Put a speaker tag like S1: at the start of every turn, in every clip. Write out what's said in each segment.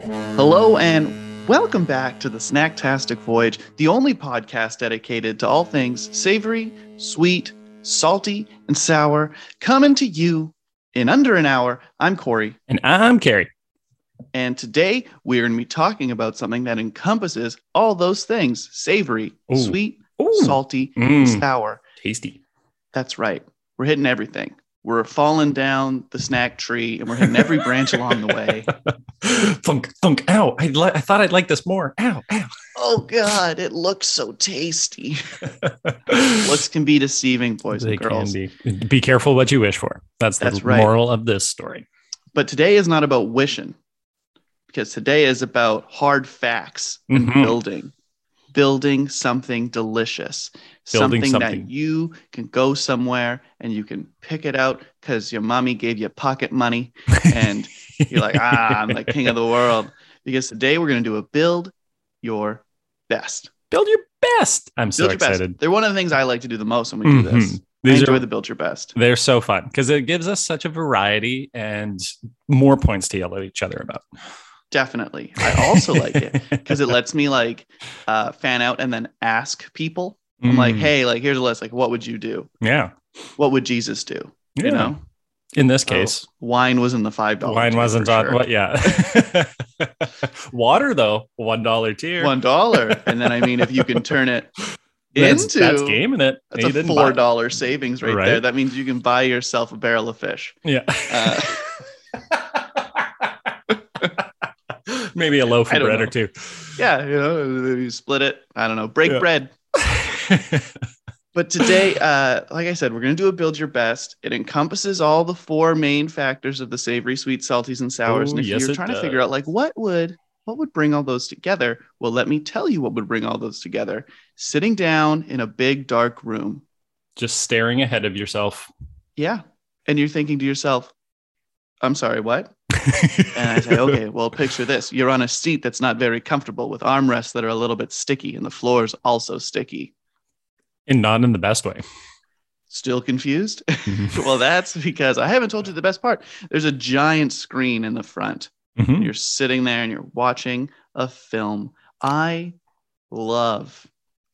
S1: Hello and welcome back to the Snacktastic Voyage, the only podcast dedicated to all things savory, sweet, salty, and sour, coming to you in under an hour. I'm Corey,
S2: And I'm Carrie.
S1: and today we're going to be talking about something that encompasses all those things savory,
S2: Ooh.
S1: sweet,
S2: Ooh,
S1: salty,
S2: Mm,
S1: sour.
S2: tasty.
S1: That's right. We're hitting everything. We're falling down the snack tree and we're hitting every branch along the way.
S2: thunk, thunk. Ow. I, li- I thought I'd like this more. Ow, ow.
S1: Oh, God, it looks so tasty. Looks can be deceiving, boys
S2: They
S1: and
S2: can
S1: girls.
S2: be. Be careful what you wish for. That's the
S1: That's right.
S2: moral of this story.
S1: But today is not about wishing, because today is about hard facts and
S2: Mhm.
S1: building, building something delicious,
S2: Building
S1: something,
S2: something.
S1: that you can go somewhere and you can pick it out because your mommy gave you pocket money and you're like, ah, I'm the king of the world. Because today we're going to do a build your best.
S2: Build your best. I'm so
S1: Build your
S2: excited.
S1: best. They're one of the things I like to do the most when we do this.
S2: Mhm. These
S1: I enjoy
S2: are
S1: the build your best.
S2: they're so fun because it gives us such a variety and more points to yell at each other about.
S1: Definitely. I also like it because it lets me like uh, fan out and then ask people. I'm like,
S2: Mm,
S1: hey, like here's a list. Like, what would you do?
S2: yeah,
S1: What would Jesus do?
S2: yeah.
S1: You know,
S2: in this case,
S1: wine was in the five dollars.
S2: Wine wasn't on. What? Yeah. Water though, one dollar tier.
S1: one dollar, and then I mean, if you can turn it
S2: that's,
S1: into
S2: that's gaming it.
S1: that's
S2: You
S1: a
S2: didn't
S1: four
S2: buy-
S1: dollar savings right,
S2: Right.
S1: there. That means you can buy yourself a barrel of fish.
S2: Yeah.
S1: Uh,
S2: Maybe a loaf
S1: uh. I
S2: of
S1: don't
S2: bread or
S1: know.
S2: two.
S1: yeah, you know, you split it. I don't know, break
S2: Yeah.
S1: bread. But today, uh, like I said, we're going to do a build your best. It encompasses all the four main factors of the savory, sweet, salties, and sours.
S2: Oh,
S1: and if
S2: yes,
S1: you're
S2: it
S1: trying to figure out like what would what would bring all those together, well, let me tell you what would bring all those together. Sitting down in a big dark room.
S2: Just staring ahead of yourself.
S1: Yeah. And you're thinking to yourself, I'm sorry, what? And I say, okay, well, picture this. You're on a seat that's not very comfortable with armrests that are a little bit sticky, and the floor's also sticky.
S2: and not in the best way. Mm-hmm.
S1: Still confused? well, that's because I haven't told you the best part. There's a giant screen in the front.
S2: Mhm.
S1: You're sitting there and you're watching a film. I love,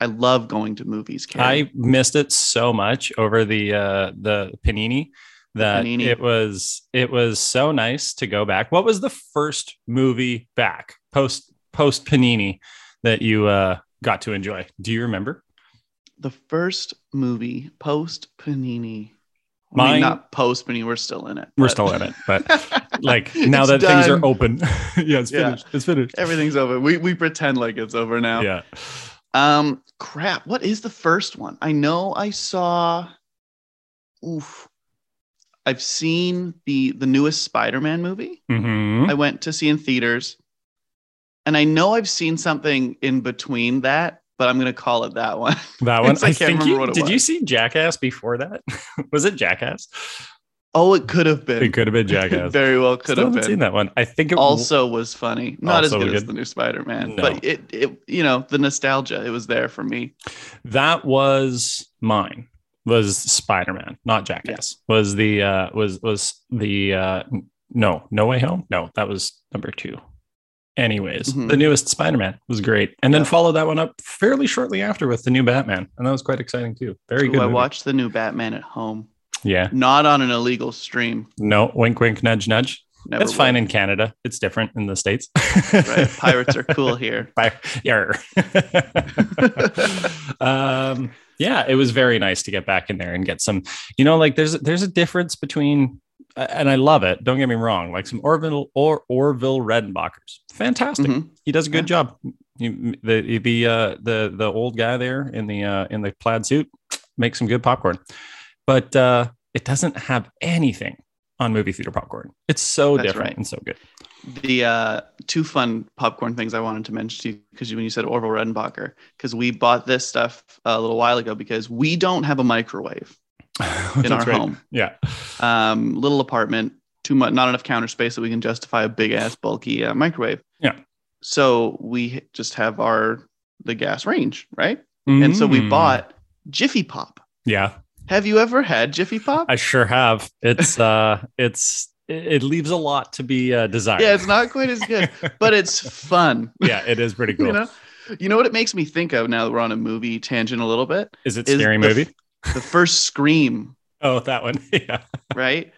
S1: I love going to movies. Carrie.
S2: I missed it so much over the uh the panini that
S1: panini.
S2: it was it was so nice to go back. What was the first movie back post post panini that you uh got to enjoy? Do you remember?
S1: the first movie post Panini. I mean,
S2: Mine-
S1: not post Panini. We're still in it.
S2: We're
S1: but-
S2: still in it, but like now
S1: Uh, It's
S2: that things
S1: done.
S2: are open, yeah, it's
S1: Yeah.
S2: finished. It's finished.
S1: everything's over. We we pretend like it's over now.
S2: Yeah.
S1: Um, crap. What is the first one? I know I saw. Oof. I've seen the the newest Spider-Man movie.
S2: Mhm.
S1: I went to see in theaters, and I know I've seen something in between that, but I'm gonna call it that one.
S2: That one.
S1: I
S2: I,
S1: can't
S2: think
S1: remember
S2: you
S1: what it
S2: did. You
S1: was.
S2: see Jackass before that? was it Jackass?
S1: Oh, it could have been.
S2: It could have been Jackass.
S1: Very well, could
S2: Still
S1: have
S2: haven't
S1: been.
S2: seen that one. I think it
S1: Also was funny. Not
S2: Also
S1: as good as
S2: good.
S1: the new Spider-Man,
S2: No.
S1: but it it you know the nostalgia. It was there for me.
S2: that was mine was spider-man not jackass was the uh was was the uh n- no no way home no that was number two anyways
S1: Mhm.
S2: the newest spider-man was great and then
S1: Yeah.
S2: followed that one up fairly shortly after with the new batman and that was quite exciting too very
S1: Ooh,
S2: good
S1: I
S2: movie.
S1: watched the new Batman at home,
S2: yeah
S1: not on an illegal stream.
S2: no wink wink nudge nudge
S1: Never
S2: that's fine
S1: would.
S2: in canada it's different in the states
S1: right? Pirates are cool here.
S2: Fire. Yarr. um, yeah, it was very nice to get back in there and get some, you know, like there's there's a difference between and I love it. Don't get me wrong. Like some Orville or Orville Redenbachers, fantastic.
S1: Mhm.
S2: He does a good
S1: Yeah.
S2: job. You, the the uh, the the old guy there in the uh, in the plaid suit makes some good popcorn, but uh, it doesn't have anything on movie theater popcorn. It's so
S1: That's
S2: different
S1: right.
S2: and so good. Mm-hmm.
S1: The uh, two fun popcorn things I wanted to mention to you because when you said Orville Redenbacher, because we bought this stuff a little while ago because we don't have a microwave in
S2: That's
S1: our
S2: right.
S1: home.
S2: yeah.
S1: Um, little apartment, too much, not enough counter space that we can justify a big ass bulky uh, microwave.
S2: Yeah.
S1: So we just have our the gas range, right? And so we
S2: Mm.
S1: bought Jiffy Pop.
S2: Yeah,
S1: Have you ever had Jiffy Pop?
S2: I sure have. It's uh it's it, it leaves a lot to be uh, desired.
S1: Yeah, it's not quite as good, but it's fun.
S2: Yeah, it is pretty cool.
S1: You know, you know what it makes me think of now that we're on a movie tangent a little bit.
S2: Is it
S1: Is
S2: scary
S1: the-
S2: movie?
S1: The first Scream,
S2: Oh, that one. Yeah,
S1: right?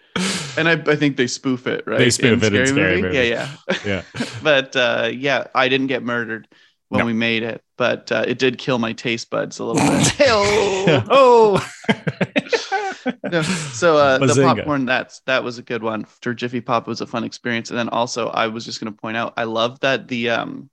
S1: And I, I think they spoof it, right?
S2: They spoof it in Scary Movie.
S1: Yeah, yeah.
S2: yeah.
S1: But uh, yeah, I didn't get murdered when
S2: No.
S1: we made it, but uh, it did kill my taste buds a little bit. Hey-oh.
S2: oh.
S1: No. So uh, the
S2: Bazinga.
S1: popcorn that's that was a good one. For Jiffy Pop was a fun experience, and then also I was just going to point out I love that the um,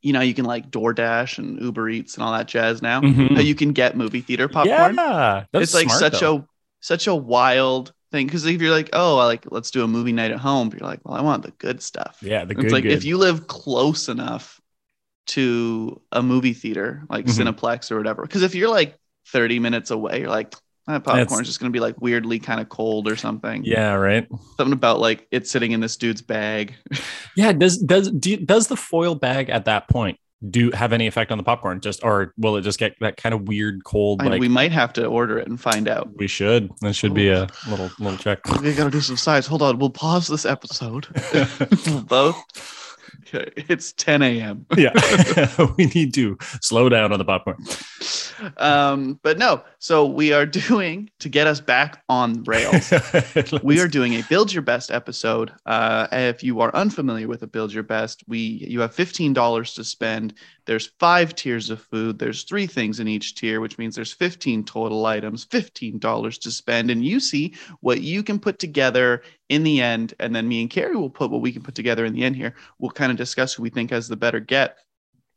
S1: you know, you can like DoorDash and Uber Eats and all that jazz now.
S2: Mhm.
S1: How you can get movie theater popcorn.
S2: Yeah, that's
S1: it's like
S2: smart,
S1: such
S2: though.
S1: a such a wild thing because if you're like, oh, I like let's do a movie night at home, you're like, well, I want the good stuff.
S2: yeah. The
S1: it's
S2: good,
S1: like
S2: good.
S1: if you live close enough to a movie theater, like
S2: Mhm.
S1: Cineplex or whatever, because if you're like 30 minutes away, you're like, my popcorn's
S2: That's-
S1: just going to be like weirdly kind of cold or something.
S2: yeah, right.
S1: Something about like it sitting in this dude's bag.
S2: Yeah, does does do, does the foil bag at that point do have any effect on the popcorn? Just or will it just get that kind of weird cold?
S1: I-
S2: Like
S1: we
S2: we,
S1: might have to order it and find out.
S2: should. That should be a little little check.
S1: We got to do some science. Hold on. We'll pause this episode. Both. Okay, It's 10 a.m.
S2: yeah, we need to slow down on the popcorn.
S1: Um, but no, so we are doing to get us back on rails. we are doing a build your best episode uh, if you are unfamiliar with a build your best we you have $15 to spend there's five tiers of food there's three things in each tier which means there's 15 total items $15 to spend and you see what you can put together in the end and then me and carrie will put what we can put together in the end here we'll kind of discuss who we think has the better get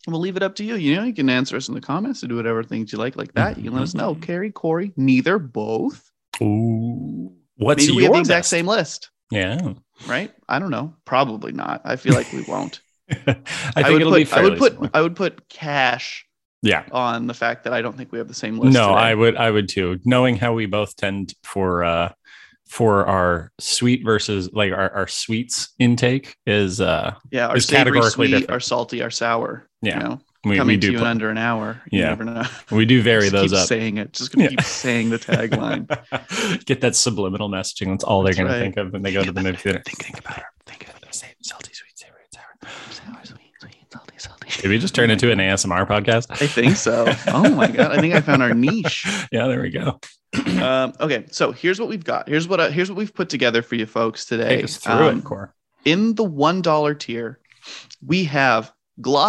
S1: and we'll leave it up to you. You know, you can answer us in the comments and do whatever things you like, like that. You can let us know.
S2: Mm-hmm.
S1: Carrie, Corey, neither, both.
S2: Ooh, what's
S1: Maybe
S2: your
S1: we have the exact
S2: best?
S1: same list
S2: Yeah,
S1: right? I don't know. Probably not. I feel like we won't.
S2: I think
S1: would
S2: it'll
S1: put,
S2: be fairly
S1: I would put
S2: similar.
S1: I would put cash
S2: Yeah.
S1: on the fact that I don't think we have the same
S2: No,
S1: list. today.
S2: I would I would too. Knowing how we both tend for uh for our sweet versus like our, our sweets intake is uh
S1: yeah, our
S2: it's
S1: savory,
S2: categorically
S1: sweet,
S2: different.
S1: our salty, our sour.
S2: Yeah,
S1: you know,
S2: we,
S1: coming
S2: we do
S1: to you in
S2: put-
S1: under an hour. You
S2: Yeah.
S1: never know.
S2: we do vary
S1: Just
S2: those
S1: keep
S2: up.
S1: saying it. Just gonna
S2: Yeah.
S1: keep saying the tagline.
S2: Get that subliminal messaging. That's all they're
S1: That's
S2: going
S1: right.
S2: to think of when they go to the movie theater.
S1: Think- think about
S2: her. Think about her. Say salty, sweet, savory, and sour.
S1: Sour, sweet, sweet, salty, salty.
S2: Did we just turn into an ASMR podcast?
S1: I think so. Oh my god, I think I found our niche.
S2: yeah, there we go.
S1: Um, okay, so here's what we've got. Here's what I, here's what we've put together for you folks today.
S2: Take us through
S1: Um,
S2: it, Core.
S1: in the one dollar tier, we have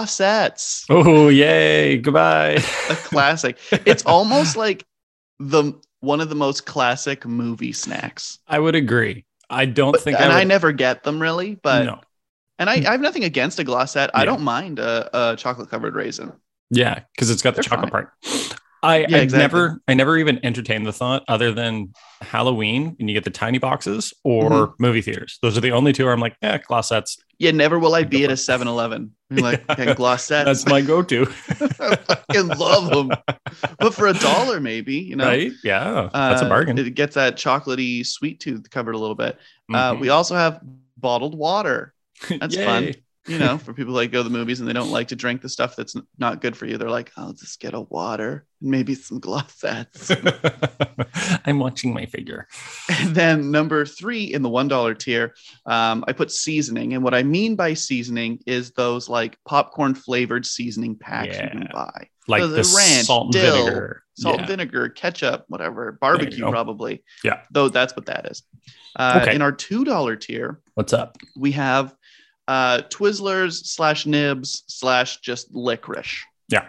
S1: glossettes,
S2: Oh, yay. Goodbye.
S1: a classic. it's almost like the one of the most classic movie snacks.
S2: I would agree. I don't
S1: But-
S2: think
S1: and I,
S2: would-
S1: never get them really, but
S2: no.
S1: and I, I have nothing against a glossette. I
S2: Yeah.
S1: don't mind a, a chocolate covered raisin.
S2: Yeah, because it's got the
S1: They're
S2: chocolate
S1: fine.
S2: part. I,
S1: Yeah,
S2: I
S1: exactly.
S2: never I never even entertained the thought other than Halloween and you get the tiny boxes or
S1: Mm-hmm.
S2: movie theaters. Those are the only two where I'm like, yeah, glossettes.
S1: Yeah, never will I be at a 7-Eleven. You're like,
S2: Yeah.
S1: okay, glossettes.
S2: That's my go-to.
S1: I fucking love them. But for a dollar, maybe, you know.
S2: Right? Yeah. that's a
S1: uh,
S2: bargain.
S1: It gets that chocolatey sweet tooth covered a little bit. Uh,
S2: Mhm.
S1: we also have bottled water. that's fun.
S2: Mm-hmm. Yay.
S1: You know, for people that go to the movies and they don't like to drink the stuff that's n- not good for you, they're like, "I'll just get a water, and maybe some glossettes."
S2: I'm watching my figure.
S1: and then number three in the one dollar tier, um, I put seasoning, and what I mean by seasoning is those like popcorn flavored seasoning packs you can
S2: Yeah.
S1: buy,
S2: Like
S1: So
S2: the,
S1: the ranch,
S2: salt and
S1: dill,
S2: vinegar.
S1: salt,
S2: yeah.
S1: vinegar, ketchup, whatever, barbecue
S2: go.
S1: probably.
S2: Yeah.
S1: though that's what that is. Uh,
S2: Okay.
S1: In our two dollar tier,
S2: What's up?
S1: we have uh, Twizzlers slash nibs slash just licorice.
S2: Yeah.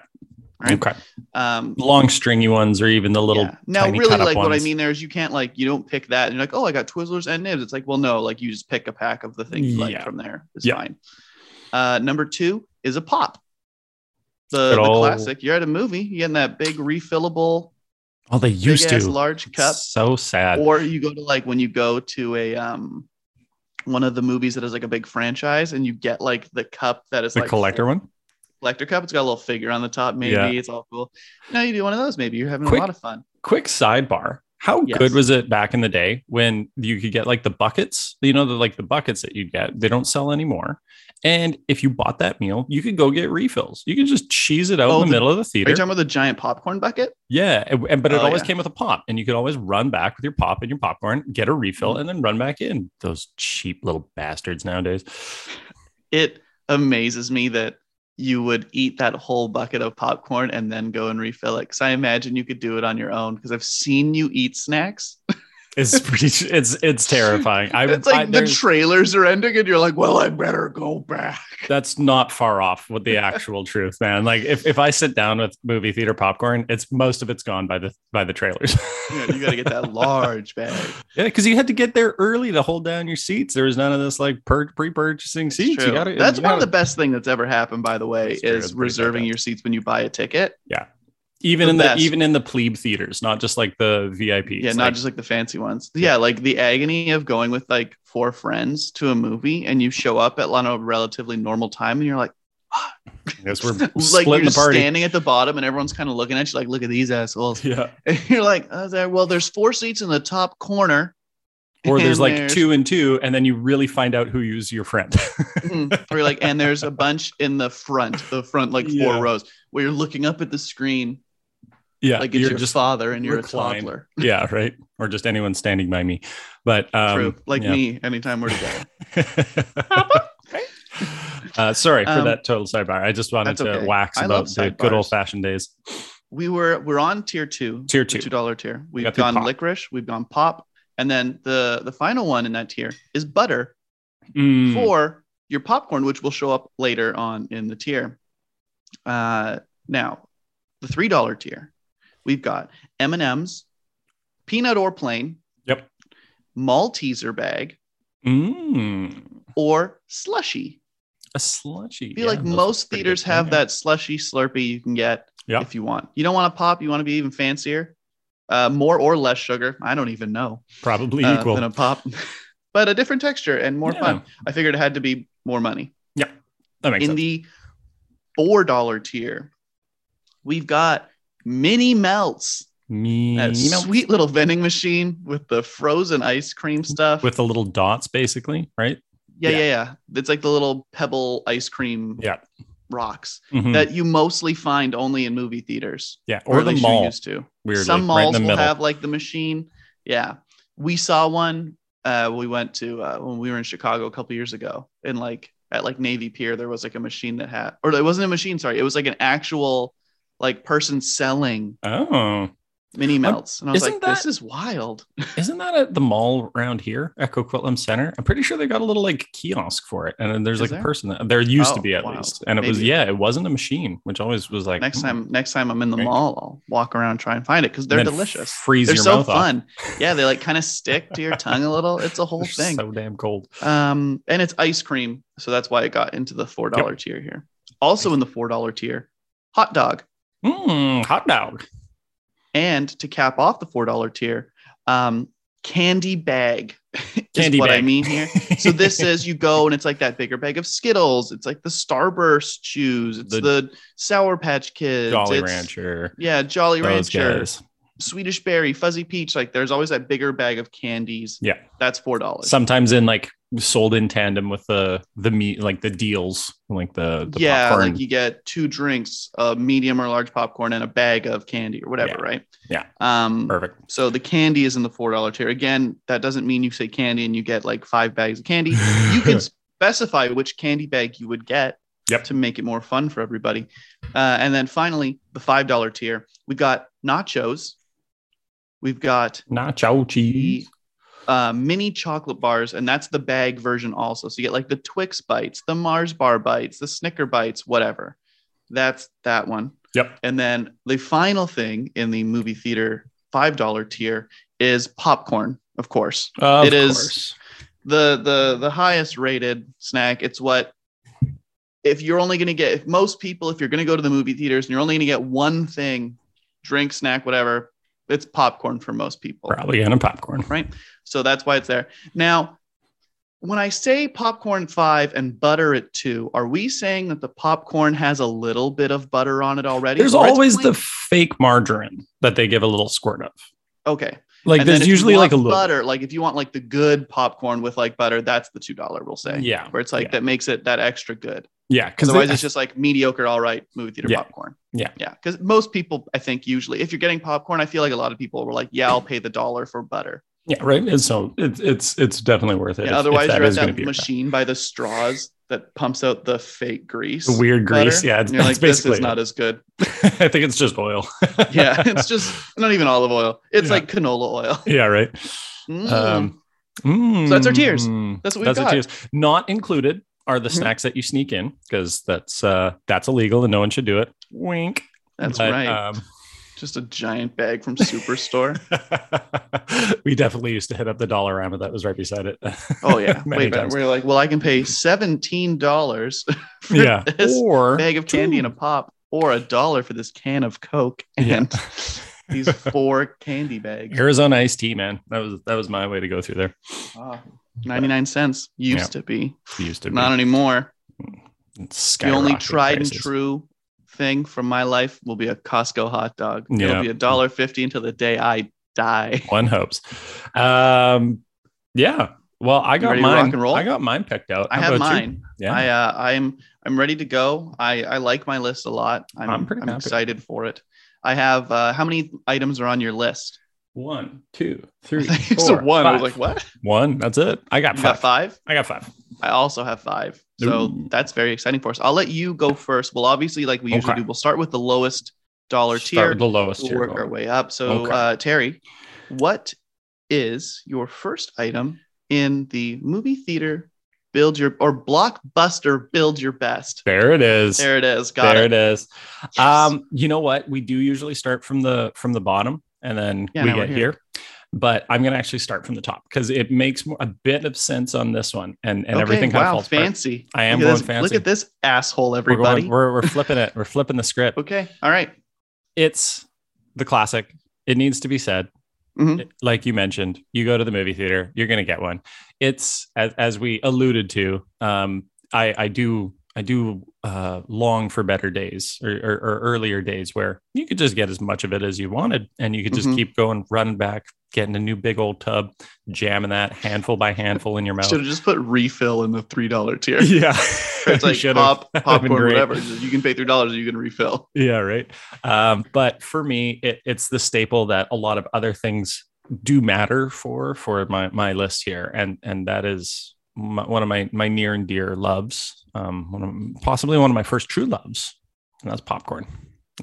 S1: Right.
S2: Okay.
S1: Um,
S2: Long stringy ones or even the little
S1: yeah. Now,
S2: tiny
S1: really,
S2: cut-up
S1: like what I
S2: ones.
S1: mean there is you can't like you don't pick that and you're like, oh, I got Twizzlers and nibs. It's like, well, no, like you just pick a pack of the thing you like
S2: Yeah.
S1: from there. It's
S2: Yeah.
S1: fine. Uh, number two is a pop. The,
S2: Good
S1: the
S2: ol'
S1: classic. You're at a movie, you get in that big refillable,
S2: Oh, they
S1: big
S2: used
S1: ass
S2: to.
S1: large cup.
S2: So sad.
S1: or you go to like when you go to a um one of the movies that is like a big franchise and you get like the cup that is
S2: the
S1: like
S2: collector one?
S1: collector cup it's got a little figure on the top maybe
S2: Yeah.
S1: it's all cool no you do one of those maybe you're having
S2: Quick-
S1: a lot of fun
S2: quick sidebar How
S1: Yes.
S2: good was it back in the day when you could get like the buckets? You know, the like the buckets that you get, they don't sell anymore. And if you bought that meal, you could go get refills. You could just cheese it out
S1: Oh,
S2: in the,
S1: the-
S2: middle of the
S1: Are you
S2: theater.
S1: talking about the giant popcorn bucket?
S2: Yeah, and, and- but it
S1: Oh,
S2: always
S1: yeah.
S2: came with a pop, and you could always run back with your pop and your popcorn, get a refill,
S1: Mm-hmm.
S2: and then run back in. Those cheap little bastards nowadays.
S1: It amazes me that you would eat that whole bucket of popcorn and then go and refill it. Cause I imagine you could do it on your own because I've seen you eat snacks.
S2: It's pretty. It's it's terrifying. I,
S1: it's
S2: I-
S1: like the
S2: there's-
S1: trailers are ending and you're like, well, I better go back.
S2: that's not far off with the actual truth, man. Like if, if I sit down with movie theater popcorn, it's most of it's gone by the by the trailers.
S1: You, know, you got to get that large bag.
S2: yeah, because you had to get there early to hold down your seats. There was none of this like per- pre-purchasing
S1: It's
S2: seats. You
S1: true.
S2: got to.
S1: that's one of the best thing that's ever happened, by the way,
S2: That's true. That's
S1: is
S2: pretty
S1: reserving
S2: badass.
S1: your seats when you buy a ticket.
S2: even
S1: the
S2: in the
S1: best.
S2: even in the plebe theaters, not just like the VIP.
S1: yeah, not just like the fancy ones. Yeah, like the agony of going with like four friends to a movie and you show up at on a relatively normal time and you're like,
S2: yes, we're
S1: like you're
S2: splitting the
S1: just
S2: party.
S1: standing at the bottom and everyone's kind of looking at you like, look at these assholes.
S2: yeah,
S1: And you're like, oh, there, well, there's four seats in the top corner.
S2: or
S1: And
S2: there's like two and two, and then you really find out who is your friend.
S1: Mm. or you're like, and there's a bunch in the front, the front like four
S2: Yeah.
S1: rows where you're looking up at the screen
S2: yeah,
S1: like it's your father and you're
S2: reclined.
S1: a toddler.
S2: yeah, right, or just anyone standing by me. But um,
S1: True. Like
S2: yeah.
S1: me, anytime we're together.
S2: uh, sorry for
S1: Um,
S2: that total sidebar. I just wanted
S1: that's
S2: to
S1: okay.
S2: wax
S1: I
S2: about
S1: love
S2: the good
S1: sidebars.
S2: old fashioned days.
S1: we were we're on tier two
S2: Tier
S1: the
S2: two.
S1: two dollar tier we've
S2: got the
S1: gone
S2: pop.
S1: licorice we've gone pop and then the the final one in that tier is butter
S2: Mm,
S1: for your popcorn which will show up later on in the tier uh now the three dollar tier we've got m&ms peanut or plain
S2: Yep.
S1: malteser bag
S2: Mm,
S1: or slushy
S2: a slushy.
S1: i feel
S2: Yeah,
S1: like
S2: those are
S1: most
S2: pretty
S1: theaters
S2: good.
S1: have
S2: Yeah.
S1: that slushy slurpee you can get
S2: Yeah.
S1: if you want. You don't want to pop. You want to be even fancier, uh, more or less sugar. I don't even know
S2: Probably
S1: uh,
S2: equal.
S1: than a pop, but a different texture and more
S2: Yeah,
S1: fun. I figured it had to be more money.
S2: That makes
S1: In
S2: sense.
S1: the four dollar tier, we've got mini melts.
S2: Me
S1: That
S2: melt
S1: sweet little vending machine with the frozen ice cream stuff.
S2: with the little dots, basically, right?
S1: yeah,
S2: yeah.
S1: yeah, yeah. It's like the little pebble ice cream
S2: Yeah.
S1: rocks
S2: Mhm.
S1: that you mostly find only in movie theaters.
S2: yeah, or
S1: at
S2: the
S1: least you
S2: mall.
S1: used to.
S2: Weirdly,
S1: some
S2: right in
S1: malls
S2: the
S1: will
S2: middle.
S1: have like the machine. Yeah, we saw one. Uh, we went to uh, when we were in Chicago a couple years ago, and like at like Navy Pier, there was like a machine that had, or it wasn't a machine. Sorry, it was like an actual like person selling
S2: oh,
S1: mini melts, and I was
S2: isn't
S1: like,
S2: that-
S1: this is wild.
S2: isn't that at the mall around here, Echo Quitlam Center? I'm pretty sure they got a little like kiosk for it, and then there's
S1: Is
S2: like
S1: there?
S2: a person that, there used to
S1: Oh,
S2: be at
S1: wild.
S2: least, and it was
S1: Maybe.
S2: yeah, it wasn't a machine, which always was like
S1: Next
S2: hmm.
S1: time, next time I'm in the
S2: Right.
S1: mall, I'll walk around and try and find it because
S2: And
S1: they're
S2: then
S1: delicious.
S2: Freeze
S1: They're
S2: your
S1: so
S2: mouth
S1: fun. Yeah, they like kind of stick to your tongue a little. It's a whole
S2: off. They're
S1: thing.
S2: So damn cold.
S1: Um, and it's ice cream, so that's why it got into the four dollar tier here. Also in the four dollar tier, hot dog,
S2: Mm, hot dog.
S1: and to cap off the four dollar tier, um, candy bag is
S2: Candy
S1: what I
S2: bag.
S1: mean here. So this says you go and it's like that bigger bag of Skittles. It's like the Starburst chews. It's
S2: The-
S1: the, Sour Patch Kids.
S2: Jolly
S1: it's-
S2: Rancher.
S1: Yeah, Jolly
S2: Those
S1: Rancher,
S2: guys.
S1: Swedish Berry, Fuzzy Peach. Like there's always that bigger bag of candies.
S2: Yeah.
S1: That's four dollars.
S2: Sometimes in like sold in tandem with the the meat, like the deals, like the, the
S1: yeah,
S2: popcorn.
S1: like you get two drinks, a medium or large popcorn, and a bag of candy or whatever,
S2: Yeah.
S1: right?
S2: Yeah.
S1: Um,
S2: Perfect.
S1: so the candy is in the four dollar tier. Again, that doesn't mean you say candy and you get like five bags of candy. You can specify which candy bag you would get
S2: Yep.
S1: to make it more fun for everybody. Uh, and then finally, the five dollar tier, we got nachos, we've got
S2: nacho
S1: the
S2: cheese.
S1: uh, mini chocolate bars, and that's the bag version also. So you get like the Twix bites, the Mars bar bites, the Snicker bites, whatever. That's that one.
S2: Yep.
S1: And then the final thing in the movie theater $5 tier is popcorn, of course.
S2: Of
S1: it is-
S2: course.
S1: The the the highest rated snack. It's what if you're only gonna get if most people, if you're gonna go to the movie theaters and you're only gonna get one thing, drink, snack, whatever, it's popcorn for most people
S2: probably getting a popcorn.
S1: right? So that's why it's there. Now, when I say popcorn five and butter at two, are we saying that the popcorn has a little bit of butter on it already?
S2: There's
S1: Or it's
S2: always
S1: plain-
S2: the fake margarine that they give a little squirt of.
S1: okay.
S2: Like
S1: And then
S2: there's
S1: if you
S2: usually like
S1: want
S2: a little
S1: butter. Like if you want like the good popcorn with like butter, that's the two dollar we'll say.
S2: Yeah.
S1: Where it's like
S2: Yeah.
S1: that makes it that extra good.
S2: Yeah, because
S1: Otherwise, it's just like mediocre, all right, movie theater
S2: Yeah.
S1: popcorn.
S2: Yeah.
S1: yeah. Because most people, I think, usually, if you're getting popcorn, I feel like a lot of people were like, "Yeah, I'll pay the dollar for butter."
S2: yeah, right. And so it's it's it's definitely worth it.
S1: Yeah,
S2: if- if
S1: otherwise, you're at
S2: is gonna
S1: that
S2: be your-
S1: machine by the straws that pumps out the fake grease.
S2: the weird grease.
S1: butter,
S2: Yeah,
S1: and
S2: it's,
S1: you're like,
S2: that's
S1: "This
S2: basically.
S1: is
S2: it.
S1: not as good."
S2: I think it's just oil.
S1: Yeah, it's just not even olive oil. It's
S2: Yeah.
S1: like canola oil.
S2: yeah, right.
S1: Mm.
S2: Um, mm,
S1: that's our tiers.
S2: mm,
S1: That's what we've
S2: That's our
S1: got.
S2: tiers. Not included are the
S1: Mhm.
S2: snacks that you sneak in because that's uh that's illegal and no one should do it. Wink.
S1: That's
S2: But,
S1: right.
S2: Um,
S1: just a giant bag from Superstore.
S2: we definitely used to hit up the Dollarama that was right beside it.
S1: Oh yeah,
S2: many
S1: wait,
S2: times.
S1: we're like, well, I can pay seventeen dollars for
S2: Yeah,
S1: this
S2: or
S1: bag of candy and a
S2: Two.
S1: pop, or a dollar for this can of Coke and these four candy bags.
S2: Arizona iced tea, man. That was that was my way to go through there.
S1: Ah, Ninety-nine cents used to
S2: Yeah.
S1: be,
S2: Used to
S1: not anymore.
S2: be
S1: The only
S2: skyrocketing
S1: tried and
S2: prices.
S1: true thing from my life will be a Costco hot dog.
S2: Yeah.
S1: It'll be a dollar fifty until the day I die.
S2: One hopes. Um, yeah. Well, I got
S1: ready to rock
S2: mine.
S1: and roll?
S2: I got mine picked out.
S1: I
S2: How
S1: have
S2: about you?
S1: mine.
S2: Yeah.
S1: I uh, I'm I'm ready to go. I I like my list a lot. I'm
S2: I'm
S1: I'm,
S2: pretty happy.
S1: excited for it. I have uh, how many items are on your list?
S2: One, two, three.
S1: It's
S2: four,
S1: a one. I was
S2: five.
S1: like, what?
S2: one. That's it. I got
S1: You
S2: five.
S1: got five?
S2: I got five.
S1: I also have five. So
S2: Ooh.
S1: that's very exciting for us. I'll let you go first. Well, obviously, like we usually
S2: Okay.
S1: do, we'll start with the lowest dollar
S2: Start
S1: tier.
S2: with the lowest
S1: We'll
S2: tier.
S1: work our way up. So
S2: Okay.
S1: uh, Terry, what is your first item in the movie theater? Build your or blockbuster. Build your best.
S2: There it is.
S1: There it is. Got
S2: there
S1: it.
S2: it is.
S1: Yes.
S2: Um, you know what? We do usually start from the from the bottom and then
S1: Yeah,
S2: we
S1: now we're
S2: get here. But I'm gonna actually start from the top because it makes more, a bit of sense on this one and, and everything kind
S1: wow,
S2: of falls apart.
S1: fancy.
S2: I am
S1: look at
S2: going
S1: this,
S2: fancy.
S1: Look at this asshole,
S2: We're, going-
S1: everybody.
S2: we're we're flipping it. We're flipping the script.
S1: okay, all right.
S2: It's the classic. It needs to be said.
S1: Mhm.
S2: It- like you mentioned, you go to the movie theater, you're gonna get one. It's as as we alluded to. Um, I I do I do uh, long for better days or, or, or earlier days where you could just get as much of it as you wanted, and you could just
S1: Mhm.
S2: keep going, running back, getting a new big old tub, jamming that handful by handful in your mouth.
S1: Should have just put refill in the three dollar tier.
S2: yeah,
S1: It's like
S2: Should've.
S1: pop,
S2: That'd been
S1: popcorn,
S2: great.
S1: whatever. You can pay three dollars, you can refill.
S2: Yeah, right. Um, but for me, it, it's the staple that a lot of other things do matter for for my my list here, and and that is my, one of my my near and dear loves, um, one of possibly one of my first true loves, and that's popcorn.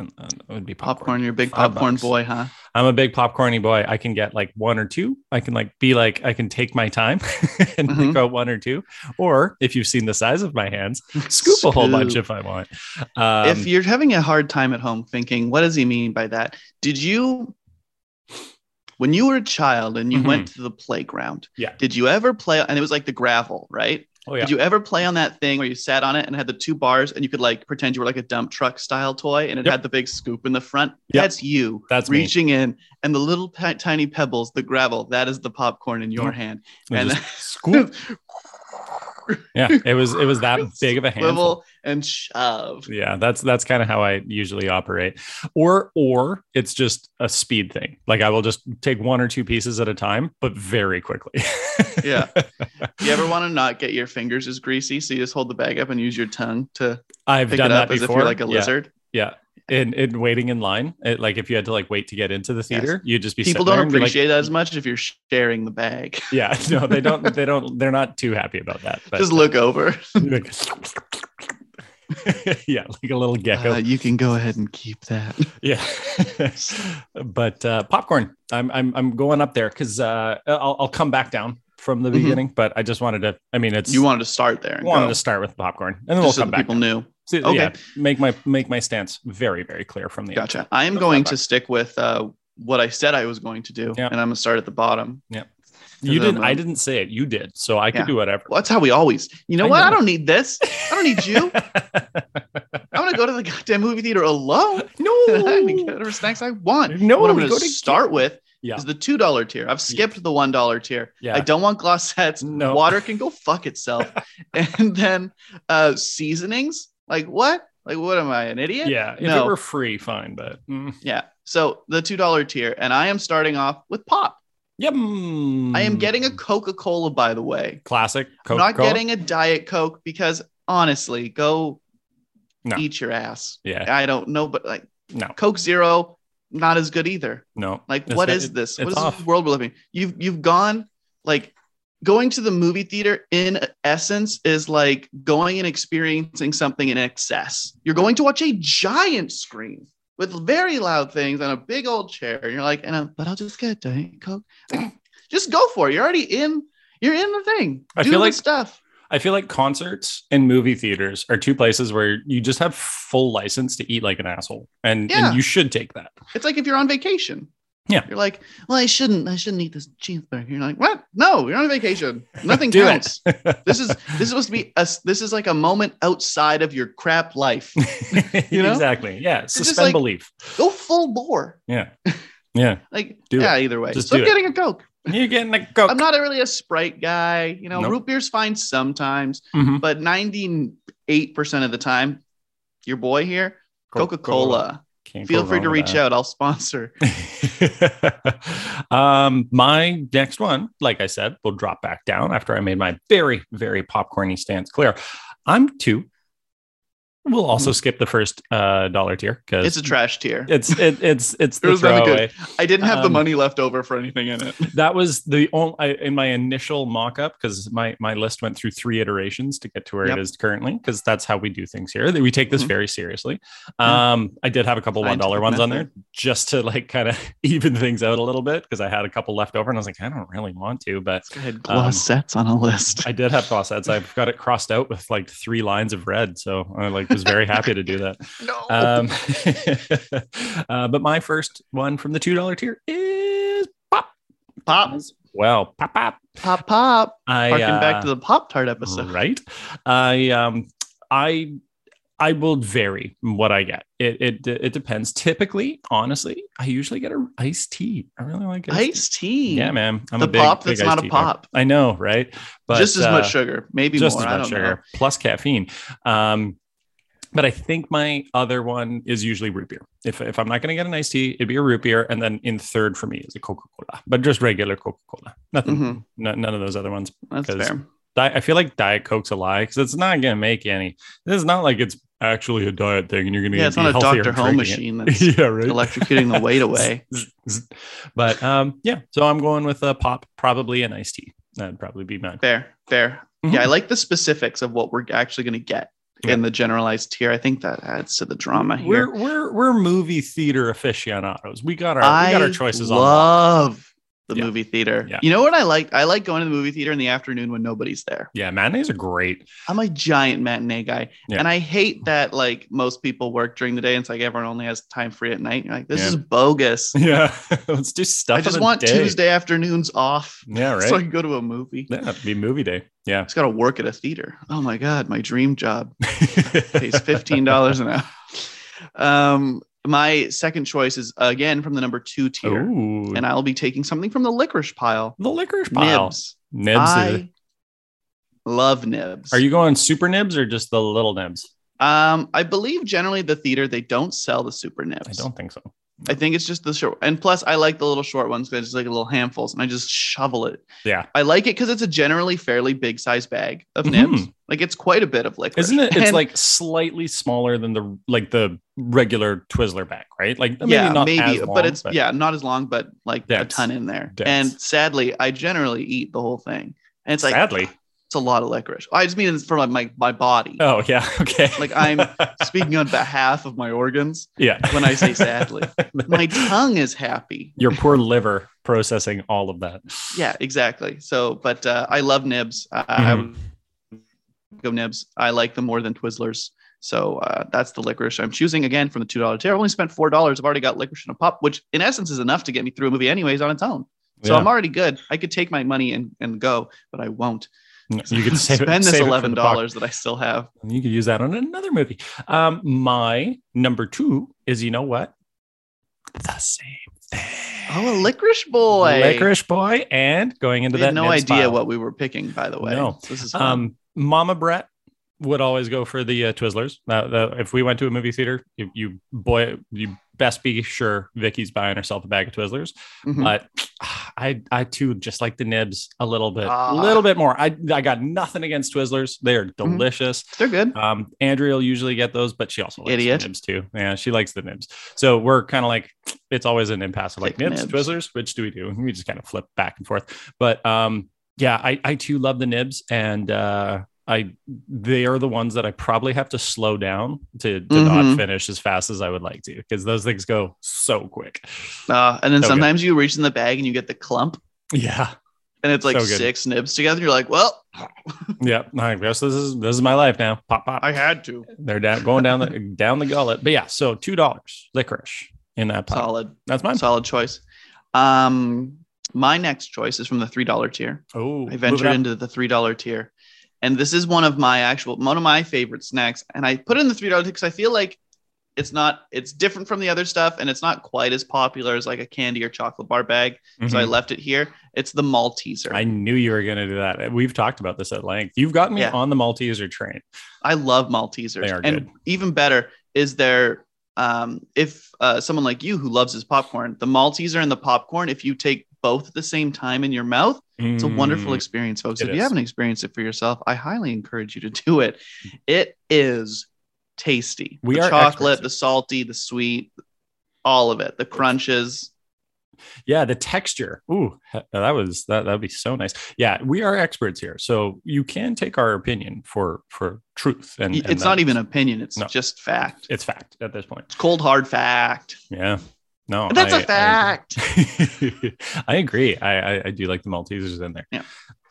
S2: And, and it would be popcorn.
S1: Popcorn, you're a big
S2: Five
S1: popcorn
S2: bucks.
S1: boy, huh?
S2: I'm a big popcorny boy. I can get like one or two. I can like be like I can take my time and
S1: Mhm.
S2: pick out one or two, or if you've seen the size of my hands, scoop a whole bunch
S1: Scoop.
S2: if I want. Um,
S1: if you're having a hard time at home thinking, what does he mean by that? Did you, when you were a child and you
S2: Mhm.
S1: went to the playground,
S2: Yeah.
S1: did you ever play? And it was like the gravel, right?
S2: oh yeah.
S1: Did you ever play on that thing where you sat on it and had the two bars and you could like pretend you were like a dump truck style toy and it
S2: Yep.
S1: had the big scoop in the front?
S2: Yep.
S1: That's you.
S2: That's me.
S1: reaching in and the little ti- tiny pebbles, the gravel, that is the popcorn in your
S2: Mhm.
S1: hand.
S2: And
S1: And
S2: just scoop. yeah, it was it was that big of a handful.
S1: Swivel and shove.
S2: Yeah, that's that's kind of how I usually operate. Or or it's just a speed thing. Like I will just take one or two pieces at a time, but very quickly.
S1: Yeah. You ever want to not get your fingers as greasy? So you just hold the bag up and use your tongue to
S2: I've
S1: pick
S2: done
S1: it up
S2: that
S1: as
S2: before.
S1: if you're like a
S2: Yeah,
S1: lizard.
S2: Yeah. In, in waiting in line, it, like if you had to like wait to get into the theater, you'd just be
S1: People
S2: sitting there
S1: don't
S2: and be like-
S1: appreciate that as much if you're sharing the bag.
S2: yeah, no, they don't. They don't. They're not too happy about that. But uh,
S1: just look over.
S2: like, yeah, like a little gecko.
S1: Uh, you can go ahead and keep that.
S2: Yeah, but uh, popcorn. I'm I'm I'm going up there because uh, I'll I'll come back down from the
S1: Mhm.
S2: beginning. But I just wanted to. I mean, it's
S1: You wanted to start there.
S2: I
S1: And
S2: wanted
S1: go,
S2: to start with popcorn, and then
S1: just
S2: we'll
S1: so
S2: come
S1: that
S2: back.
S1: people knew.
S2: So,
S1: Okay.
S2: Yeah, make my make my stance very very clear from the
S1: Gotcha. I am
S2: Go
S1: going
S2: back.
S1: to stick with uh, what I said I was going to do,
S2: Yeah.
S1: and I'm gonna start at the bottom.
S2: Yeah.
S1: To
S2: You
S1: the
S2: didn't. I
S1: moment.
S2: didn't say it. You did. So I could
S1: um, Yeah.
S2: do whatever.
S1: Well, that's how we always. You know
S2: I
S1: what? I
S2: know.
S1: don't need this. I don't need you. I'm gonna go to the goddamn movie theater alone. I'm gonna get
S2: no.
S1: whatever snacks I want.
S2: No,
S1: what I'm
S2: we
S1: gonna
S2: go to-
S1: start with
S2: Yeah.
S1: is the two dollar tier. I've skipped the one dollar tier.
S2: Yeah.
S1: I don't want glossettes.
S2: No.
S1: Water can go fuck itself. and then uh seasonings. Like what? Like what am I an idiot?
S2: Yeah. If
S1: No.
S2: it were free, fine. But mm,
S1: Yeah. So the two dollar tier, and I am starting off with pop.
S2: Yum.
S1: I am getting a
S2: Hmm.
S1: Coca Cola, by the way.
S2: classic
S1: I'm
S2: Coke.
S1: not getting a Diet Coke because honestly, go
S2: No.
S1: eat your ass.
S2: Yeah.
S1: I don't know, but like
S2: No.
S1: Coke Zero, not as good either.
S2: No.
S1: Like,
S2: It's
S1: what
S2: ve-
S1: is this? What
S2: it's
S1: is
S2: off.
S1: this world we're living? in? You've you've gone like going to the movie theater in essence is like going and experiencing something in excess. You're going to watch a giant screen with very loud things on a big old chair. And you're like, and i but I'll just get a Diet Coke. just go for it. You're already in. You're in the thing.
S2: I
S1: Do
S2: feel
S1: the
S2: like-
S1: stuff.
S2: I feel like concerts and movie theaters are two places where you just have full license to eat like an asshole, and
S1: Yeah.
S2: and you should take that.
S1: It's like if you're on vacation.
S2: Yeah.
S1: You're like, well, I shouldn't. I shouldn't eat this cheeseburger. You're like, what? No, you're on vacation. Nothing
S2: Do it.
S1: counts. this is this is supposed to be a s- this is like a moment outside of your crap life. You know?
S2: exactly. Yeah.
S1: just
S2: Suspend
S1: like- oh.
S2: belief.
S1: Go full bore.
S2: Yeah. Yeah.
S1: Like
S2: Do
S1: yeah, either way.
S2: Just
S1: so I'm
S2: do it.
S1: getting a Coke.
S2: You're getting a Coke.
S1: I'm not a really a Sprite guy. You know,
S2: Nope.
S1: root beer's fine sometimes,
S2: Mhm.
S1: but 98% of the time, your boy here, Coca-Cola.
S2: Can't
S1: Feel
S2: go
S1: free to
S2: wrong with
S1: reach out. I'll sponsor.
S2: that. um, my next one, like I said, will drop back down after I made my very, very popcorny stance clear. I'm two. We'll also skip the first uh, dollar tier because
S1: Hmm. It's a trash tier.
S2: it's it, it's it's the
S1: was really good.
S2: throwaway.
S1: I didn't have the
S2: um,
S1: money left over for anything in it.
S2: That was the only I, in my initial mock-up because my my list went through three iterations to get to where
S1: Yep.
S2: it is currently because that's how we do things here. That we take this
S1: Mhm.
S2: very seriously.
S1: Yeah.
S2: Um, I did have a couple one dollar
S1: Scientific
S2: ones on
S1: method.
S2: there just to like kind of even things out a little bit because I had a couple left over and I was like I don't really want to, but
S1: Let's go ahead. Gloss sets on a list.
S2: Um, I did have cross ads. I've got it crossed out with like three lines of red, so I like was very happy to do that.
S1: no.
S2: Um, uh, but my first one from the two dollar tier is pop.
S1: pop,
S2: Well, pop pop.
S1: pop, pop.
S2: I
S1: Harking
S2: uh,
S1: back to the Pop Tart episode.
S2: right. I um I I will vary what I get. It it it depends. Typically, honestly, I usually get a iced tea. I really like iced
S1: Iced tea.
S2: Yeah, man. I'm
S1: the
S2: a big,
S1: pop
S2: big
S1: that's not
S2: iced
S1: a
S2: tea fan.
S1: pop.
S2: I know, right?
S1: just as
S2: uh,
S1: much sugar, maybe
S2: just
S1: more.
S2: as
S1: I
S2: much
S1: don't
S2: sugar plus caffeine. Um, but I think my other one is usually root beer. If, if I'm not going to get an iced tea, it'd be a root beer, and then in third for me is a Coca Cola, but just regular Coca Cola.
S1: know.
S2: Nothing,
S1: Mhm,
S2: no- none of those other ones.
S1: that's
S2: 'Cause-
S1: fair.
S2: Di- I feel like Diet Coke's a lie because it's not going to make any. This is not like it's actually a diet thing, and you're going to
S1: Yeah,
S2: get
S1: it's not a
S2: healthier
S1: Doctor Home
S2: home machine.
S1: machine that's
S2: yeah, right.
S1: electrocuting the weight away.
S2: Zzz, zzz. but um, yeah, so I'm going with a pop, probably an iced tea. That'd probably be mine.
S1: Fair, fair.
S2: Mhm.
S1: Yeah, I like the specifics of what we're actually going to get in the generalized tier. I think that adds to the drama here.
S2: We're we're we're movie theater aficionados. We got our we got our choices
S1: I
S2: on. lock.
S1: love the
S2: Yeah.
S1: movie theater.
S2: Yeah.
S1: You know what I like? I like going to the movie theater in the afternoon when nobody's there.
S2: Yeah, matinees are great.
S1: I'm a giant matinee guy.
S2: Yeah.
S1: And I hate that like most people work during the day and it's like everyone only has time free at night. You're like, this
S2: Yeah.
S1: is bogus.
S2: Yeah, let's do stuff.
S1: I
S2: of
S1: just
S2: the
S1: want
S2: day.
S1: Tuesday afternoons off
S2: Yeah, right.
S1: so I can go to a movie.
S2: yeah, it'd be movie day. Yeah,
S1: I just got to work at a theater. Oh my God, my dream job pays $15 an hour. Um, my second choice is again from the number two tier.
S2: Ooh,
S1: And I'll be taking something from the licorice pile.
S2: the licorice pile.
S1: Nibs.
S2: Nibs. is-
S1: I love nibs.
S2: Are you going super nibs or just the little nibs?
S1: Um, I believe generally the theater they don't sell the super nibs.
S2: I don't think so.
S1: I think it's just the short. And plus, I like the little short ones because it's like little handfuls, and I just shovel it.
S2: Yeah.
S1: I like it because it's a generally fairly big size bag of
S2: Mhm.
S1: nibs. Like it's quite a bit of liquor,
S2: Isn't it? It's
S1: And-
S2: like slightly smaller than the like the regular Twizzler bag, right? Like maybe
S1: yeah,
S2: not
S1: maybe,
S2: as long,
S1: but it's yeah, not as long, but like a
S2: Dense.
S1: ton in there.
S2: Dense.
S1: And sadly, I generally eat the whole thing, and it's like
S2: sadly.
S1: it's a lot of licorice. I just mean it's for like my my body.
S2: Oh yeah, okay.
S1: Like, I'm- Speaking on behalf of my organs,
S2: yeah.
S1: when I say sadly, my tongue is happy.
S2: your poor liver processing all of that.
S1: Yeah, exactly. So, but uh, I love nibs. Uh, I would
S2: Mm-hmm.
S1: go nibs. I like them more than Twizzlers. So uh, that's the licorice I'm choosing again from the two dollar tier. I only spent four dollars. I've already got licorice and a pop, which in essence is enough to get me through a movie anyways on its own. So
S2: Yeah.
S1: I'm already good. I could take my money and, and go, but I won't.
S2: you could save it-
S1: spend this
S2: save it for
S1: eleven
S2: the box.
S1: dollars that I still have.
S2: You could use that on another movie. Um, my number two is you know what? The same thing.
S1: Oh, a licorice boy.
S2: Licorice boy, and going into
S1: We
S2: that
S1: had no
S2: nibs
S1: idea
S2: pile.
S1: what we were picking, by the way.
S2: No.
S1: this is fun.
S2: Um, Mama Brett would always go for the uh, Twizzlers. Uh, the, if we went to a movie theater, you, you boy, you best be sure Vicky's buying herself a bag of Twizzlers.
S1: Mhm.
S2: But I, I too just like the nibs a little bit,
S1: Ah.
S2: a little bit more. I, I got nothing against Twizzlers; they are delicious.
S1: They're good.
S2: Um, Andrea will usually get those, but she also likes
S1: Idiot.
S2: the nibs too. Yeah, she likes the nibs. So we're kind of like it's always an impasse of like
S1: Pick
S2: nibs,
S1: nibs.
S2: Twizzlers. Which do we do? We just kind of flip back and forth. But um, yeah, I I too love the nibs, and uh, I they are the ones that I probably have to slow down to to
S1: Mhm.
S2: not finish as fast as I would like to because those things go so quick.
S1: Uh, and then
S2: So good.
S1: sometimes you reach in the bag and you get the clump,
S2: Yeah,
S1: and it's like
S2: So good.
S1: six nibs together. You're like, well,
S2: yeah. I guess this is this is my life now. Pop pop.
S1: I had to.
S2: They're down going down the down the gullet. But yeah, so two dollars licorice in that pop.
S1: Solid,
S2: That's mine.
S1: solid choice. Um, my next choice is from the three dollar tier. I
S2: Oh, moving
S1: ventured
S2: up.
S1: into the three dollar tier, and this is one of my actual one of my favorite snacks. And I put it in the three dollar tier because I feel like it's not it's different from the other stuff, and it's not quite as popular as like a candy or chocolate bar bag. So I
S2: Mhm.
S1: left it here. It's the Malteser.
S2: I
S1: I,
S2: knew you were going to do that. We've talked about this at length. You've gotten me
S1: Yeah.
S2: on the Malteser train.
S1: love Maltesers,
S2: They are
S1: and
S2: good.
S1: even better is there. Um, if uh, someone like you who loves his popcorn, the Malteser and the popcorn, if you take both at the same time in your mouth. It's a wonderful
S2: Mm.
S1: experience, folks.
S2: It
S1: if you
S2: is.
S1: haven't experienced it for yourself, I highly encourage you to do it. It is tasty.
S2: We
S1: the
S2: are
S1: chocolate,
S2: experts.
S1: the salty, the sweet, all of it. The crunches.
S2: Yeah, the texture. Ooh, he- that was that. That'd be so nice. Yeah, we are experts here, so you can take our opinion for for truth. And, and
S1: it's not
S2: that-
S1: even opinion, it's
S2: No.
S1: just fact.
S2: It's fact at this point.
S1: It's cold hard fact.
S2: Yeah. No,
S1: That's
S2: a
S1: a fact.
S2: I agree. I, I I do like the Maltesers in there.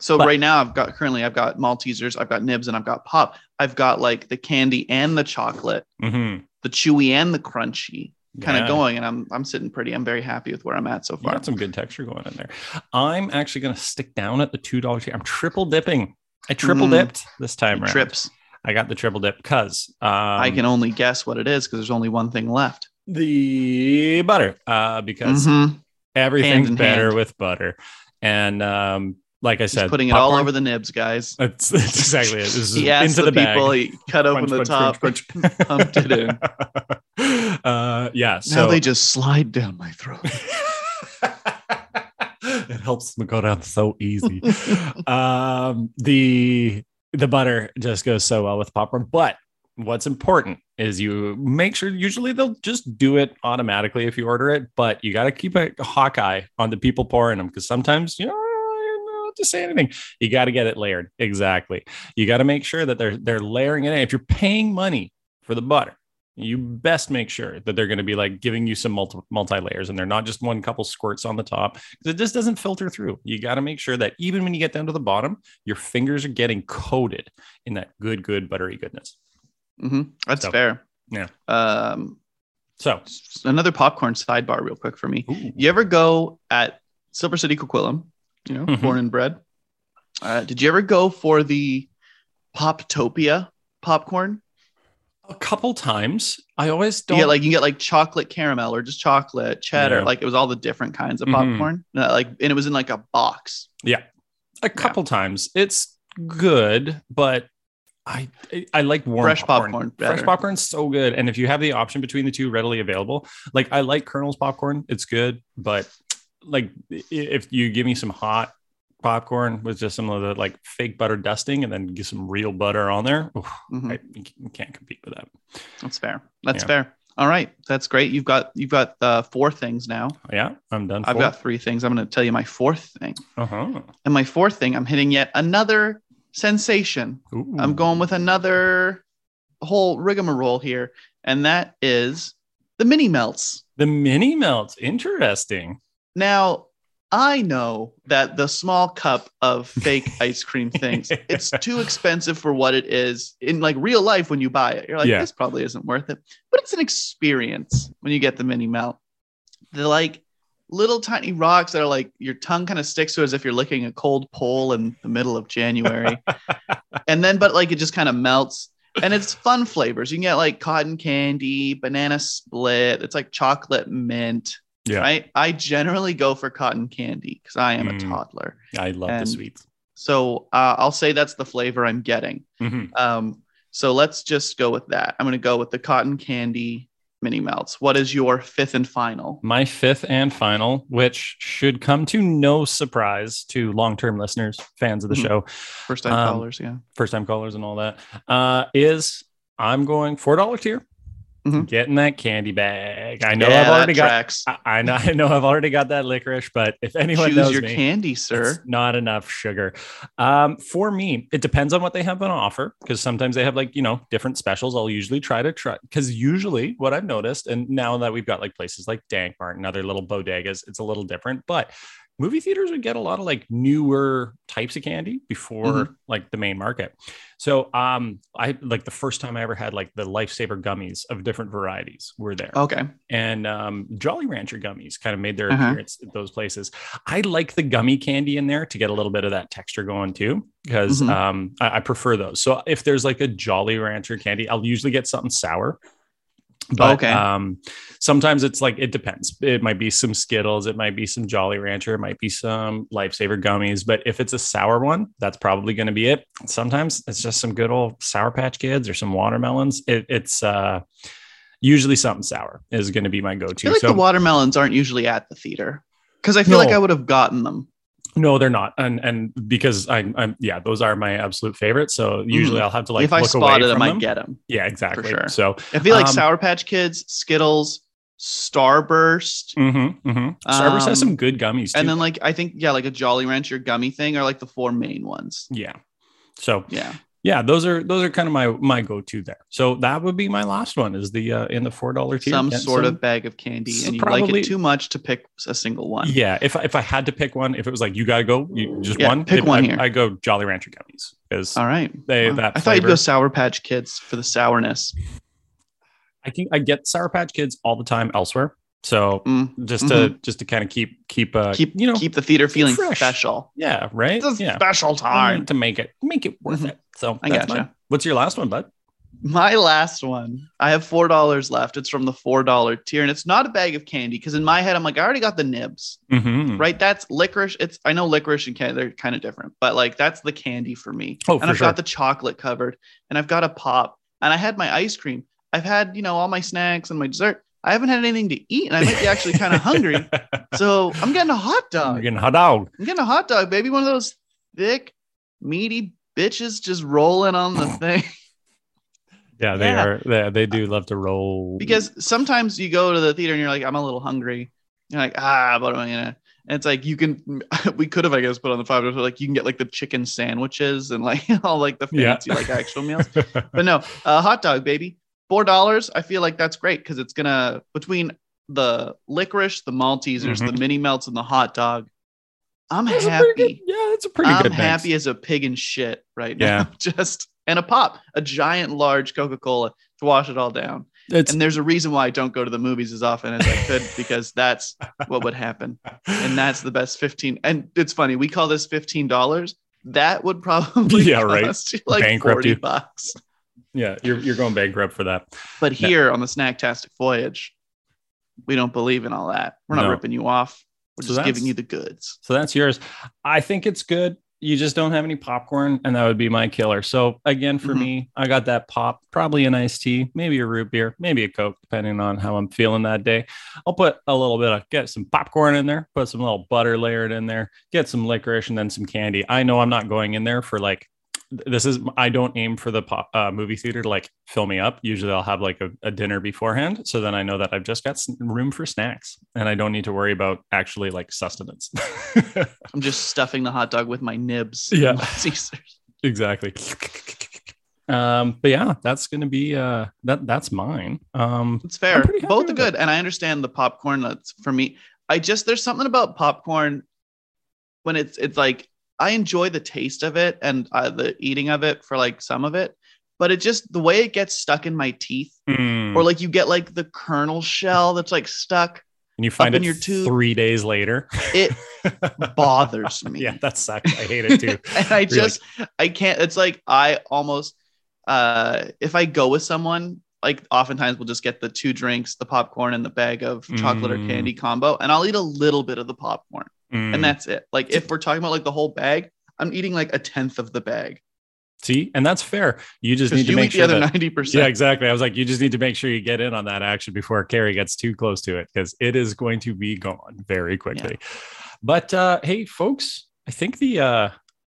S1: So
S2: But-
S1: right now I've got currently I've got Maltesers, I've got nibs, and I've got pop. I've got like the candy and the chocolate,
S2: Mm-hmm.
S1: the chewy and the crunchy kind of going. And I'm I'm sitting pretty. I'm very happy with where I'm at so
S2: You
S1: far.
S2: got some good texture going in there. I'm actually going to stick down at the two dollar tier. I'm triple dipping. I triple
S1: Mm.
S2: dipped this time around.
S1: Trips.
S2: I got the triple dip because um,
S1: I can only guess what it is because there's only one thing left.
S2: the butter uh, because
S1: Mhm.
S2: everything's
S1: in
S2: better
S1: hand.
S2: with butter, and um, like I
S1: He's
S2: said,
S1: putting it all over the nibs, guys.
S2: That's, that's exactly it. This is
S1: He asked
S2: into
S1: the,
S2: the, bag.
S1: people, he cut open
S2: Crunch,
S1: the top,
S2: crunch, crunch,
S1: pumped it in.
S2: crunch. uh, yeah. So
S1: now they just slide down my throat.
S2: it helps them go down so easy. um, the the butter just goes so well with popcorn. But what's important is you make sure. Usually they'll just do it automatically if you order it, but you got to keep a hawkeye on the people pouring them because sometimes you know. I don't know what To say anything, you got to get it layered exactly. You got to make sure that they're they're layering it in. If you're paying money for the butter, you best make sure that they're going to be like giving you some multi multi layers and they're not just one couple squirts on the top 'cause it just doesn't filter through. You got to make sure that even when you get down to the bottom, your fingers are getting coated in that good, good buttery goodness.
S1: hmm That's
S2: So,
S1: fair.
S2: yeah.
S1: Um,
S2: So,
S1: s- another popcorn sidebar, real quick for me.
S2: ooh,
S1: You ever go at Silver City Coquitlam? You know,
S2: Mhm.
S1: born and bred. Uh, did you ever go for the Poptopia popcorn?
S2: a couple times, I always
S1: You
S2: don't
S1: get like you can get like chocolate caramel or just chocolate cheddar.
S2: Yeah.
S1: Like it was all the different kinds of
S2: Mhm.
S1: popcorn. Uh, like and it was in like a box.
S2: a couple times. It's good, but I I- I like warm
S1: Fresh popcorn better.
S2: Fresh popcorn's so good, and if you have the option between the two readily available, like I like Colonel's popcorn, it's good, but like i- if you give me some hot popcorn with just some of the like fake butter dusting and then get some real butter on there, oof,
S1: Mhm.
S2: I you can't compete with that.
S1: That's fair. That's
S2: Yeah.
S1: fair. All right, that's great. You've got you've got uh, four things now.
S2: Yeah, I'm done.
S1: I've got three things. I'm going to tell you my fourth thing.
S2: Uh huh.
S1: And my fourth thing, I'm hitting yet another sensation. I'm
S2: Hmm.
S1: going with another whole rigmarole here, and that is the mini melts.
S2: the mini melts. Interesting.
S1: Now, I know that the small cup of fake ice cream things, it's too expensive for what it is in like real life when you buy it. You're like,
S2: Yeah.
S1: this probably isn't worth it. But it's an experience when you get the mini melt. They're like little tiny rocks that are like your tongue kind of sticks to it as if you're licking a cold pole in the middle of January. and then but like it just kind of melts. And it's fun flavors. You can get like cotton candy, banana split, it's like chocolate mint.
S2: Yeah.
S1: Right. I generally go for cotton candy because I am a
S2: Mm.
S1: toddler.
S2: I love the
S1: And-
S2: sweets.
S1: So uh, I'll say that's the flavor I'm getting.
S2: Mhm.
S1: Um, so let's just go with that. I'm going to go with the cotton candy mini melts. What is your fifth and final?
S2: my fifth and final, which should come to no surprise to long term listeners, fans of the
S1: Mhm.
S2: show,
S1: First time
S2: Um,
S1: callers, yeah.
S2: first time callers, and all that, uh, is I'm going $4 tier,
S1: Mhm.
S2: getting that candy bag. I know
S1: Yeah,
S2: I've
S1: that
S2: already got.
S1: tracks.
S2: I I know, I know I've already got that licorice, but if anyone
S1: Choose
S2: knows
S1: your
S2: me,
S1: candy,
S2: it's
S1: sir.
S2: not enough sugar. Um, for me, it depends on what they have on offer because sometimes they have like, you know, different specials. I'll usually try to try because usually what I've noticed, and now that we've got like places like Dank Mart and other little bodegas, it's a little different. But movie theaters would get a lot of like newer types of candy before
S1: Mhm.
S2: like the main market. So um I like the first time I ever had like the lifesaver gummies of different varieties were there
S1: Okay.
S2: and um, Jolly Rancher gummies kind of made their
S1: Uh-huh.
S2: appearance at those places. I like the gummy candy in there to get a little bit of that texture going too, because
S1: Mhm.
S2: um, I, I prefer those. So if there's like a Jolly Rancher candy, I'll usually get something sour. But
S1: Okay.
S2: um, sometimes it's like it depends. It might be some Skittles, it might be some Jolly Rancher, it might be some Lifesaver gummies. But if it's a sour one, that's probably going to be it. Sometimes it's just some good old Sour Patch Kids or some watermelons. It, it's uh, usually something sour is going to be my
S1: I
S2: go-to.
S1: feel like
S2: so
S1: the watermelons aren't usually at the theater because I feel like
S2: No.
S1: I would have gotten them.
S2: no, they're not, and and because I'm, I'm yeah, those are my absolute favorites. So usually I'll have to like
S1: Mm. if I
S2: look
S1: spotted
S2: away
S1: them,
S2: from
S1: I'd get them.
S2: yeah, exactly.
S1: sure.
S2: So
S1: I feel like
S2: Um,
S1: Sour Patch Kids, Skittles, Starburst,
S2: mhm, mhm. Starburst has
S1: Um,
S2: some good gummies too.
S1: and then like I think yeah, like a Jolly Rancher gummy thing are like the four main ones.
S2: yeah. So
S1: Yeah.
S2: yeah, those are those are kind of my my go-to there. So that would be my last one is the uh, in the four dollar tier.
S1: Some
S2: get
S1: sort of bag of candy,
S2: So
S1: and you like
S2: probably-
S1: it too much to pick a single one.
S2: Yeah, if I- if I had to pick one, if it was like you gotta go, you just
S1: Yeah,
S2: one.
S1: pick
S2: it-
S1: one
S2: I,
S1: here.
S2: I go Jolly Rancher gummies because
S1: All right.
S2: they
S1: Wow.
S2: that
S1: I thought you'd
S2: flavor-
S1: go Sour Patch Kids for the sourness.
S2: I think I get Sour Patch Kids all the time elsewhere. So
S1: Mm.
S2: just to just to kind of keep keep uh
S1: Keep
S2: you know
S1: keep the theater feeling
S2: fresh.
S1: special.
S2: yeah right
S1: It's a
S2: yeah
S1: special
S2: I
S1: time.
S2: need to make it make it worth
S1: Mhm.
S2: it. So
S1: I
S2: that's
S1: gotcha.
S2: mine. What's your last one, bud?
S1: My last one. I have four dollars left. It's from the four dollar tier, and it's not a bag of candy because in my head I'm like I already got the nibs,
S2: Mm-hmm.
S1: right? That's licorice. It's I know licorice and candy they're kind of different, but like that's the candy for me.
S2: Oh,
S1: and
S2: for
S1: I've
S2: sure.
S1: got the chocolate covered, and I've got a pop, and I had my ice cream. I've had you know all my snacks and my dessert. I haven't had anything to eat, and I might be actually kind of hungry. Uh, So I'm getting a hot
S2: You're
S1: dog.
S2: getting hot dog.
S1: I'm getting a hot dog, baby. One of those thick, meaty bitches just rolling on the thing.
S2: Yeah,
S1: they Yeah.
S2: are. They, they do love to roll
S1: because sometimes you go to the theater and you're like, I'm a little hungry. You're like, ah, but I'm gonna. And it's like you can, we could have, I guess, put on the five dollars. but, Like you can get like the chicken sandwiches and like all like the
S2: Yeah.
S1: fancy like actual meals. But no, uh, hot dog, baby, four dollars. I feel like that's great because it's gonna between the licorice, the Maltesers,
S2: Mm-hmm.
S1: the mini melts, and the hot dog. I'm happy.
S2: yeah, that's a pretty
S1: I'm
S2: good mix.
S1: happy as a pig in shit right
S2: Yeah.
S1: now. Just and a pop, a giant large Coca Cola to wash it all down
S2: It's
S1: and there's a reason why I don't go to the movies as often as I could because that's what would happen. And that's the best 15. And it's funny, we call this $15. That would probably
S2: Yeah, right.
S1: cost you like
S2: Bankrupt
S1: 40
S2: you.
S1: bucks.
S2: yeah, you're you're going bankrupt for that.
S1: But
S2: Yeah.
S1: here on the Snacktastic Voyage, we don't believe in all that. We're not
S2: No.
S1: ripping you off. We're
S2: So
S1: just
S2: that's-
S1: giving you the goods.
S2: So that's yours. I think it's good. You just don't have any popcorn, and that would be my killer. So again, for
S1: Mhm.
S2: me, I got that pop, probably an iced tea, maybe a root beer, maybe a coke, depending on how I'm feeling that day. I'll put a little bit of get some popcorn in there, put some little butter layered in there, get some licorice, and then some candy. I know I'm not going in there for like this is I don't aim for the pop, uh, movie theater to like fill me up. Usually, I'll have like a, a dinner beforehand, so then I know that I've just got s- room for snacks, and I don't need to worry about actually like sustenance.
S1: I'm just stuffing the hot dog with my nibs.
S2: Yeah.
S1: and Caesars.
S2: exactly. Um, but yeah, that's gonna be uh that that's mine. Um
S1: It's fair.
S2: pretty happy
S1: Both are
S2: with
S1: good. And I understand the popcorn that's for me. I just there's something about popcorn when it's it's like I enjoy the taste of it and uh, the eating of it for like some of it, but it just the way it gets stuck in my teeth,
S2: mm,
S1: or like you get like the kernel shell that's like stuck,
S2: and you find
S1: up in
S2: it
S1: your tooth.
S2: three days later.
S1: it bothers me.
S2: yeah, that sucks. I hate it too.
S1: and I
S2: You're
S1: just I can't. It's like I almost uh if I go with someone, like oftentimes we'll just get the two drinks, the popcorn, and the bag of chocolate or
S2: Mm.
S1: candy combo, and I'll eat a little bit of the popcorn,
S2: like, mm.
S1: and that's it. Like if we're talking about like the whole bag, I'm eating like a tenth of the bag.
S2: See, and that's fair. You just
S1: Because
S2: need to
S1: you
S2: make
S1: eat
S2: sure
S1: the other
S2: that,
S1: ninety percent.
S2: yeah, exactly. I was like, you just need to make sure you get in on that action before Carrie gets too close to it because it is going to be gone very quickly. But uh, hey, folks, I think the uh,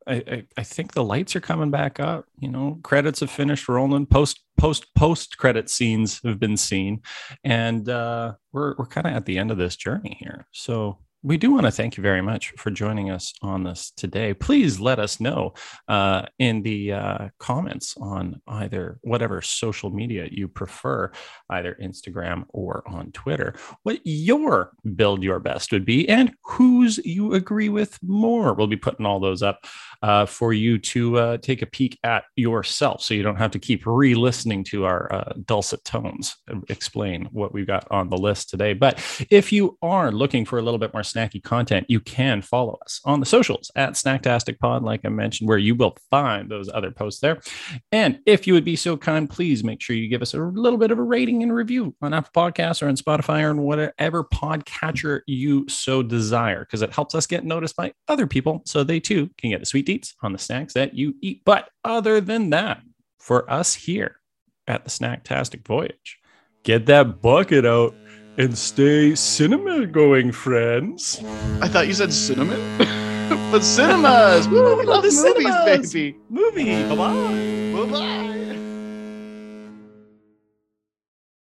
S2: I, I, I think the lights are coming back up. You know, credits have finished rolling. Post post post credit scenes have been seen, and uh, we're we're kind of at the end of this journey here. So. We do want to thank you very much for joining us on this today. Please let us know uh, in the uh, comments on either whatever social media you prefer, either Instagram or on Twitter, what your build your best would be and whose you agree with more. We'll be putting all those up uh, for you to uh, take a peek at yourself so you don't have to keep re listening to our uh, dulcet tones and explain what we've got on the list today. But if you are looking for a little bit more snacky content, you can follow us on the socials at Snacktastic Pod, like I mentioned, where you will find those other posts there. And if you would be so kind, please make sure you give us a little bit of a rating and review on Apple Podcasts or on Spotify or on whatever podcatcher you so desire, because it helps us get noticed by other people so they too can get the sweet deets on the snacks that you eat. But other than that, for us here at the Snacktastic Voyage, get that bucket out and stay cinema going, friends.
S1: I thought you said cinnamon, but cinemas. Woo, we love
S2: The
S1: movies,
S2: cinemas.
S1: baby.
S2: Movie, come on.
S1: Bye bye.